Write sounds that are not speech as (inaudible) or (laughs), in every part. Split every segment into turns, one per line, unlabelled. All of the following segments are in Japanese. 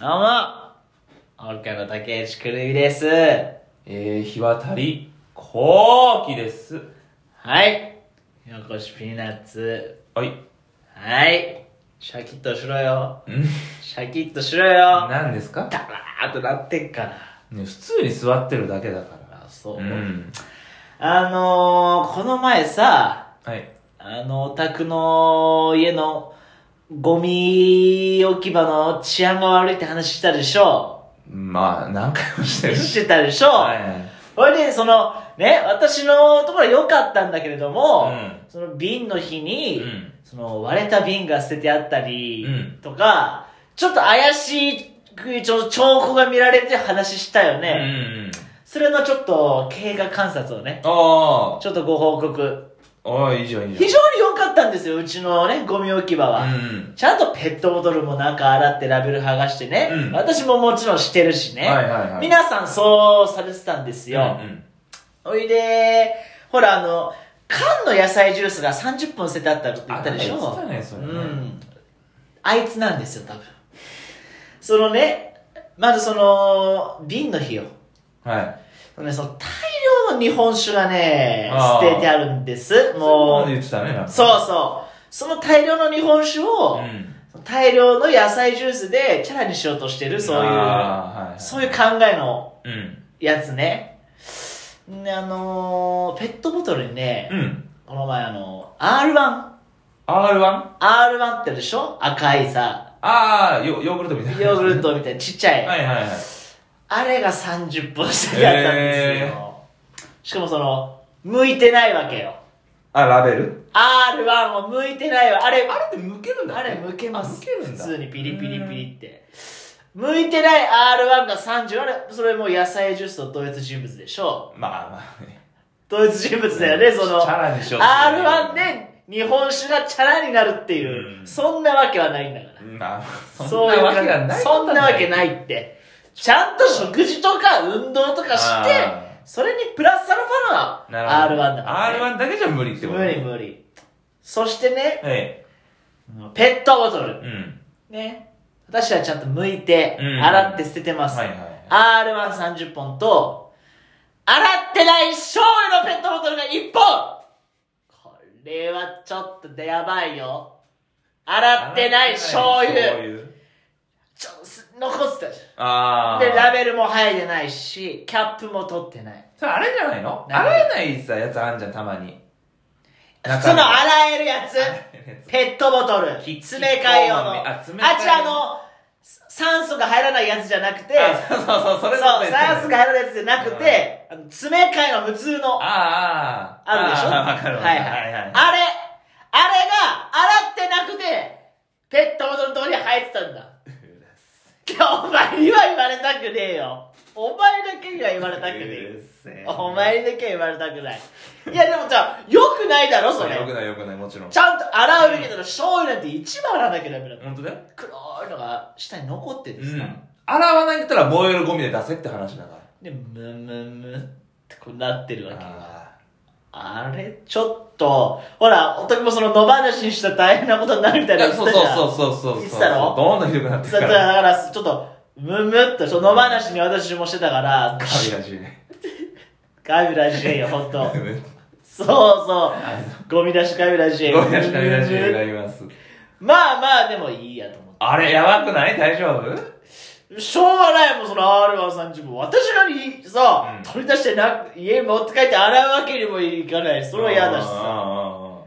どうも岡野武内くるみです。
えー、日渡り、後期です。
はい。よこしピーナッツ。
はい。
はい。シャキッとしろよ。
ん
シャキッとしろよ。
何ですか、
ダラーっとなってっから。
ね、普通に座ってるだけだから。
あ、そう。
ん。
あのー、この前さ、
はい。
あの、お宅の家のゴミ置き場の治安が悪いって話したでし
(laughs)
ょ
まあ、何回もしてる。
してたでしょ、
はい。
それで、その、ね、私のところ良かったんだけれども、
うん
その瓶の日
う
に、
ん。
その割れた瓶が捨ててあったり
うん
とか、ちょっと怪しいちょ兆候が見られて話したよ
うんう
ね、
ん。
それのちょっと経過観察をね、
あ
ちょっとご報告。
あ。ああ、いいじゃん、いい
非
じ
常に良かったんですよ、うちのね、ゴミ置き場
ゃ
は。
ん。うん。
ちゃんとペットボトルも中洗ってラベル剥がしてね、
うん
私ももちろんしてるしね、
はいはいはい。
皆さんそうされてたんですよ。
うん
おいでー、ほらあの、缶の野菜ジュースが30分捨ててあったって
うん。
言ったでしょ
あ言ってたね、それ
う
ね。
ん。あいつなんですよ、多分。そのね、まずその、瓶の日よ。
はい。
そのね、その大量の日本酒がね
あ、ー
捨ててあるんです。
そ
もう、
う言ってたね、なんか。
そうそう。その大量の日本酒
う
を、
ん。
大量の野菜ジュースでチャラにしようとしてる、そういう、
あーはいはい。
そういう考えの
うん。
やつね。んであのー、ペットボトルにね、
うん。
この前あのー、
R1?
R1、R1 ってあるでしょ赤いさ、
ああ、ヨヨーグルトみた
ヨ
いな。
ーグル。トみたいなちっちゃい。
はいはいはい。
あれが30本捨ててあったんですよ。しかもその、向いてないわけよ。
あ、ラベル
R1 を向いてないわ。あれ、
れって剥けるん
あれ向けます。
あ剥けるんだ
普通にピリピリピリって。向いてない R1 が30、あれ、それもう野菜ジュースと同一人物でしょ
まあまあね。
同一人物だよね、その。
チャラにしようとする
R1 で日本酒がチャラになるっていう、
うん
そんなわけはないんだから。
まあ、そんな
そういう
わけがない。。
そんなわけないいって。
(laughs)
ちゃんと食事とか運動とかして、
あ
それにプラスアルファ
ー
の
なる
R1
ほど。
だから、ね。
R1 だけじゃ無理ってこと
無理無理。そしてね、
え
ペットボトル
え。。うん。
ね。私はちゃんと剥いて、
うん
洗って捨ててます。
はいはい。
R130 本と、洗ってない醤油のペットボトルが1本これはちょっとでやばいよ。洗ってない醤油。ちょす残ってたじゃん。
ああ。
で、ラベルも入れないし、キャップも取ってない。
それあれじゃないの
何
洗えないさ、やつあんじゃん、たまに。
普通の洗えるやつペットボトル。
き
詰め替え用の。
あ
あ、
詰め替え用
違うあの、酸素が入らないやつじゃなくて、
(laughs) あそうそうそう、そ
そう、
れだとやつ
酸素が入らないやつじゃなくて、あの詰め替えの普通の。
ああ、
あるでしょ
あーわかるわか
はい
る。
はい。
はい
あれ、あれが洗ってなくて、ペットボトルのとこに入ってたんだ。いや、お前には言われたくねえよ。お前だけには言われたくね
う
え
るせえ
よ。お前だけは言われたくない。いや、でもじゃあ、よくないだろ、それ。
よくないよくない、もちろん
ち。ゃんと洗うべきだろ、醤油なんて一番洗わなきゃダメだろ。
本当だよ。
黒いのが下に残ってて
う
さ、
ん。洗わないんだったら燃えるゴミで出せって話だから。
で、ムンムンムンってこうなってるわけよ。
あ
あれ、ちょっと、ほら、おときもその野放しにしたら大変なことになるみた
ー
い
い
な
や
言って
そう
たじ
そう
ゃん。
そうそうそうそう。
言ってたろ
どんどんひどくなってく
さ
か
だ
ら。
から、ちょっと、ムムっと、その野放しに私もしてたから、
神らしいね。
カビラジエよ、ほんと。そうそう。ゴミ出しカビラジエ
ゴミ出し神らしいがいます。
まあまあ、でもいいやと思っ
あれ、やばくない大丈夫
て。しょうがないもん、その R130 も。私がにさ、
うん
取り出してな、家に持って帰って洗うわけにもいかない。それは嫌だし
あ
さ。
あ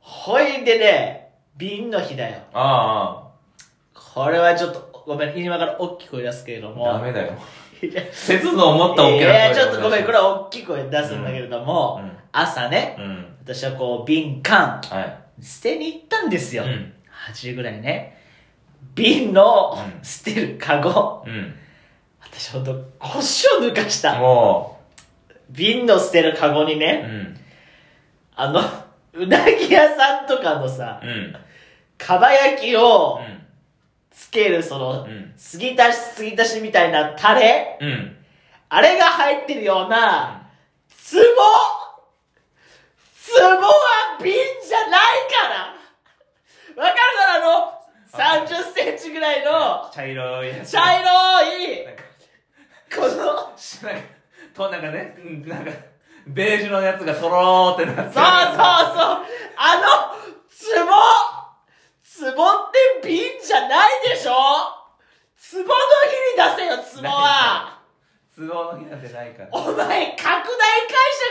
ほいでね、瓶の日だよ。
ああ、あ
これはちょっと、ごめん、今から大きい声出すけれど
あああ。ダ
も。
メだよ。
いや
節度を持った大き
い
な声
やちょっとごめん、これ
は。
は大きい声出すんだけれども、
うん
朝ね、
うん。
私はこう、瓶缶、
はい。
捨てに行ったんですよ。
うん
8時ぐらいね。瓶の
うん
捨てるカゴ。
うん。
私ほんと腰を抜かした。
も
瓶の捨てるカゴに
う、う
ね、
ん。
あの、うなぎ屋さんとかのさ、
うん。
かば焼き
う
を
ん。
つけるその、
うん
継ぎ足し継ぎ足しみたいなタレ、
うん。
あれが入ってるような、ツボツボは瓶じゃないからわかるだろあの、 30センチぐらいの、
茶色いやつ
茶色い、
なんか
この、
しなんかとなんかねうんなんかベージュのやつがとろーってなって
そうそうそう、あの、ツボツボって瓶じゃないでしょツボの日に出せよ、ツボは
都合の日なんてないから
お前、拡大解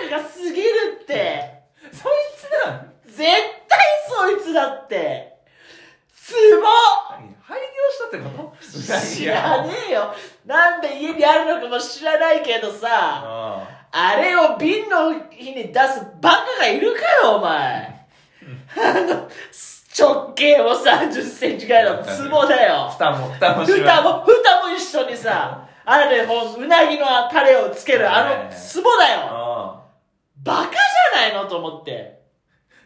釈が過ぎるって
そいつなの
絶対そいつだってツボ
何廃業したってこと
知らねえよなんで家にあるのかも知らないけどさ、
あ
あれを瓶の日に出すバカがいるかよ、お前。あの、直径も30センチぐらいのツボだよ
あ。蓋も蓋もし
蓋も、蓋も一緒にさ、あれでほう、うなぎのタレをつける、あのツボだよ。
あ
バカじゃないのと思って。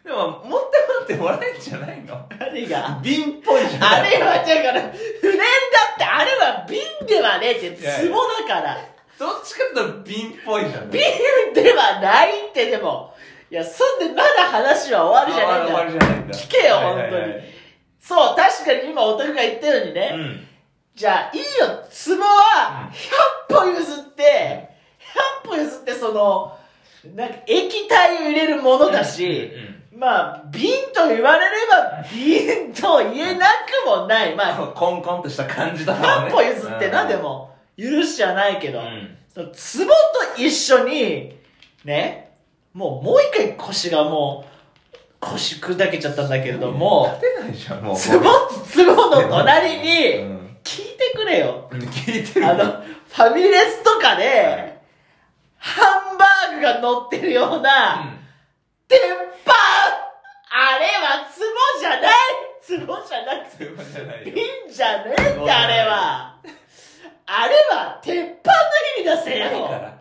あでも持って持ってもらえんじゃないの
何が
瓶っぽいじゃ
(laughs) あ
ない
れはだから、不燃だって、あれは瓶ではねえって、
いやいや
ツボだから。
どっちかっていうと瓶っぽいじゃない
ビールではないってでも。いや、そんでまだ話は終わるじゃないんだ
終わ
よ。
りじゃないんだ
聞けよ
はいはいはい
そう、確かに今お宅が言ったようにね。
うん
じゃあ、いいよ、ツボは、100歩譲って、100歩譲ってその、なんか液体を入れるものだし、まあ、瓶と言われれば瓶と言えなくもない。まあ、
コンコンとした感じだろうね
100歩譲ってな、でも、許しじゃないけ
う
ど。
ん
そのツボと一緒に、ね、もうもう一回腰がもう、腰砕けちゃったんだけれども、
立てないじゃんもう
ツボ、ツボの隣
う
に、
ん
聞いてくれよ。
うん聞いてる
あの、ファミレスとかで、ハンバーグが乗ってるような、鉄板あれはツボじゃないツボじゃなくて、
うんそうじゃない
瓶
よ
じゃねえんだ、あれは。あれは、鉄板の日に出せ
ないか
よ。
ら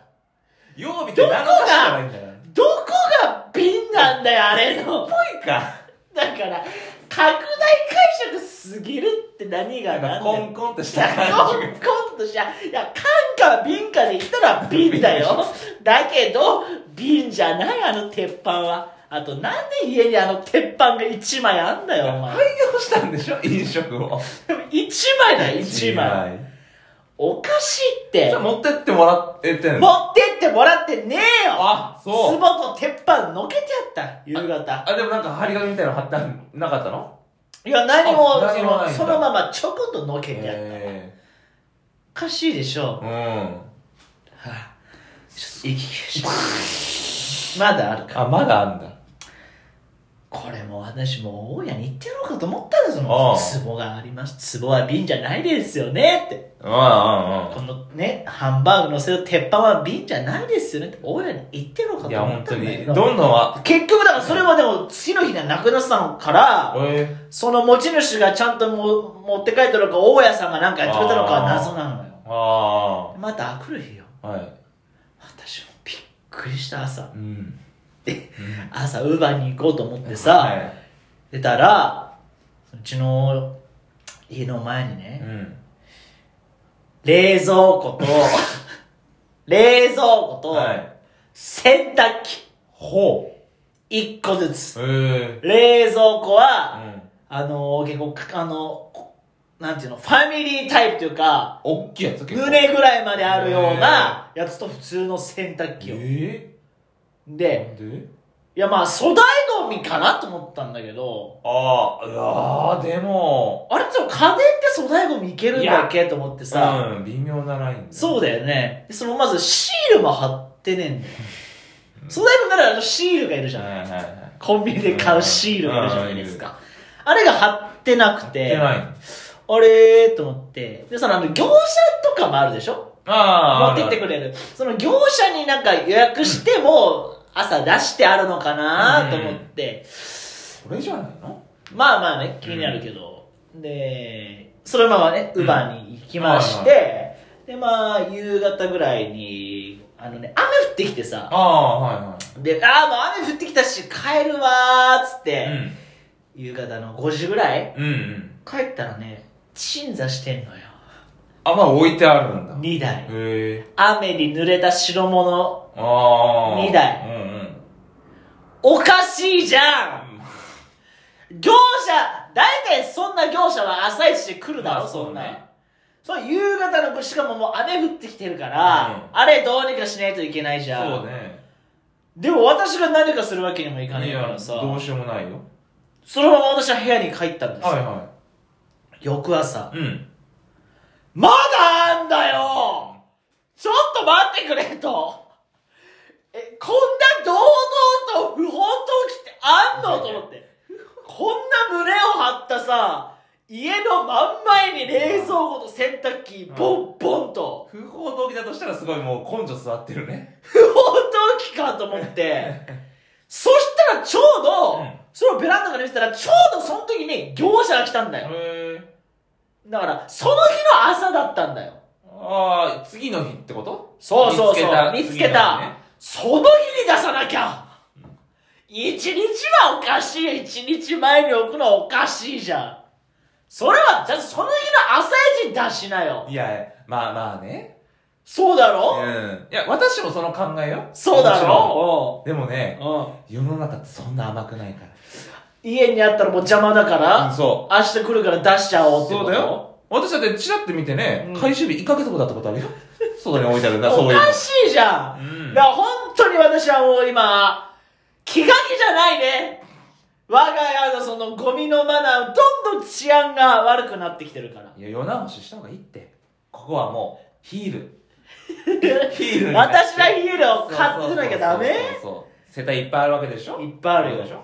曜日って何のしかないんだから
どこが瓶なんだよ、あれの。
いか
だから、拡大解釈すぎるって何が
な
何だ
んかコ
よ
ンコンとし
いや
た感
コン
じが
コンとじゃ、いや、缶か瓶かで言ったら瓶だよ。だけど、瓶じゃない、あの鉄板は。あと、なんで家にあの鉄板が1枚あんだよ、お
廃
前。
業したんでしょ飲食を
1枚だよ、1枚。おかしいって
じゃあ。持ってってもらえて
持
んの
ってってもらってねえよ
あそう
壺と鉄板のけてやった、夕方。
あでもなんか張り紙みたいなの貼ってあんなかったの
いや、何も、
あ何もないんだ
そのそのままちょこっとのけてあった。
へ
おかしいでしょ
え。うん
ちょっと息切れしまだあるか。
あまだあんだ
これもう私もう大家に言ってやろうかと思ったんです
あ
も
あ
ん。壺があります。壺は瓶じゃないですよねって。
うんうん
このね、ハンバーグのせる鉄板は瓶じゃないですよねって大家に言ってやろう
う
か
んい
と
や
思っ
本
た
当
んだけ
に
ど。
どんどんは
結局だからそれはでも次の日にはなくなってたのから、
え
その持ち主がちゃんとも持って帰ったのか、大家さんがなんかやってくれたのかは謎なのよ。
あ
また来る日よ。
あはい
私もびっくりした朝
うん
で
うん
朝ウーバーに行こうと思ってさ、
はい
出たらうちの家の前にね、
うん
冷蔵庫と
(laughs)
冷蔵庫と
はい
洗濯機
ほ
1個ずつ
うへえ
冷蔵庫
う
は、
ん
あのー結構かあのこなんていうのファミリータイプというか
おっきいやつ結構
胸ぐらいまであるようなやつと普通の洗濯機を、
ええ
で
なんで
いやまあ粗大ゴミかなと思ったんだけど
ああいやーでも
あれちょっと家電って粗大ゴミいけるんだっけと思ってさ、
うん微妙なライン
そう
だ
だよねでそのまずシールも貼ってねえんだよ粗大ゴミならあのシールがいるじゃない、
はいはいはい
コンビニで買うシールがいるじゃないですか、あれが貼ってなく
やっててないの
あれーと思ってでそのあの業者とかもあるでしょ持
ああ
ってってくれるその業者になんか予約しても
(laughs)
朝出してあるのかなと思って、
これじゃないの
まあまあね、気になるけど。で、そのままね、
うん
ウバーに行きまして、で、まあ、夕方ぐらいに、あのね、雨降ってきてさ
あ、あは
で、ああ、もう雨降ってきたし、帰るわーっつっ
いはい
て、夕方の5時ぐらい、
うんうんうん
帰ったらね、鎮座してんのよ。
あまあ置いてあるんだへ
2台。
え
雨に濡れた白物、
ああ
二台
うんうん
おかしいじゃん業者、大体そんな業者は朝一で来るだろ、
まあ
そんな
そうね
それ夕方のしかももう雨降ってきてるから、あれどうにかしないといけないじゃん
そうね
でも私が何かするわけにもいかない
い
か
や
らさ
どうしようもないよ
そのまま私は部屋に帰ったんですよ、
はいは
翌朝
いうん
まだあんだよちょっと待ってくれと。え、こんな堂々と不法投棄ってあんのと思って。こんな胸を張ったさ、家の真ん前に冷蔵庫と洗濯機、ボンボンと、
不法動機だとしたらすごいもう根性座ってるね
不法投棄かと思って。そしたらちょうど、
うん
それをベランダから見てたら、ちょうどその時に業者が来たんだよ。
へえ
だから、その日の朝だったんだよ。
ああ次の日ってこと
そうそう
見つけ
そう
た
見つけたその日に出さなきゃ一日はおかしいよ一日前に置くのはおかしいじゃんそれはじゃあその日の朝一に出しなよ
いやまあまあね
そうだ
う
ろ、
んいや私もその考えよ
そうだ
も
ろ
ちろんでもね
うんうん
世の中ってそんな甘くないから
家にあったらもう邪魔だから、
うんそ
明日来るから出しちゃおうってこと
そうだよ私だってチラって見てね、
うん
回収日1ヶ月後だったことあるよ (laughs) 外に置いてあるな
お
そういう
かしいじゃん、
うん
だから本当に私はもう今気が気じゃないね我が家のそのゴミのマナーどんどん治安が悪くなってきてるから
のいや世直しした方がいいってここはもうヒー (laughs) ルヒールになって
私がヒールを買ってなきゃダメ
そうそうそうそう世帯いっぱいあるわけでしょ
いっぱいあるよ
でしょ
本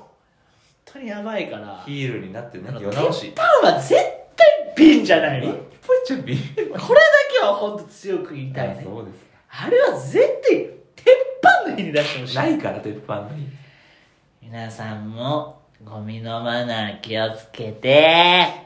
当にやばいから
ヒールになってね
あの
世直し
鉄板は絶対瓶じゃない
ビ
の
ッ
こ
ポイチャビッ
れだけは本当強く言いたいね
そうで
あれは絶対鉄板の日に出してほ
す
しい
ないから鉄板の日
皆さんもゴミのマナー気をつけて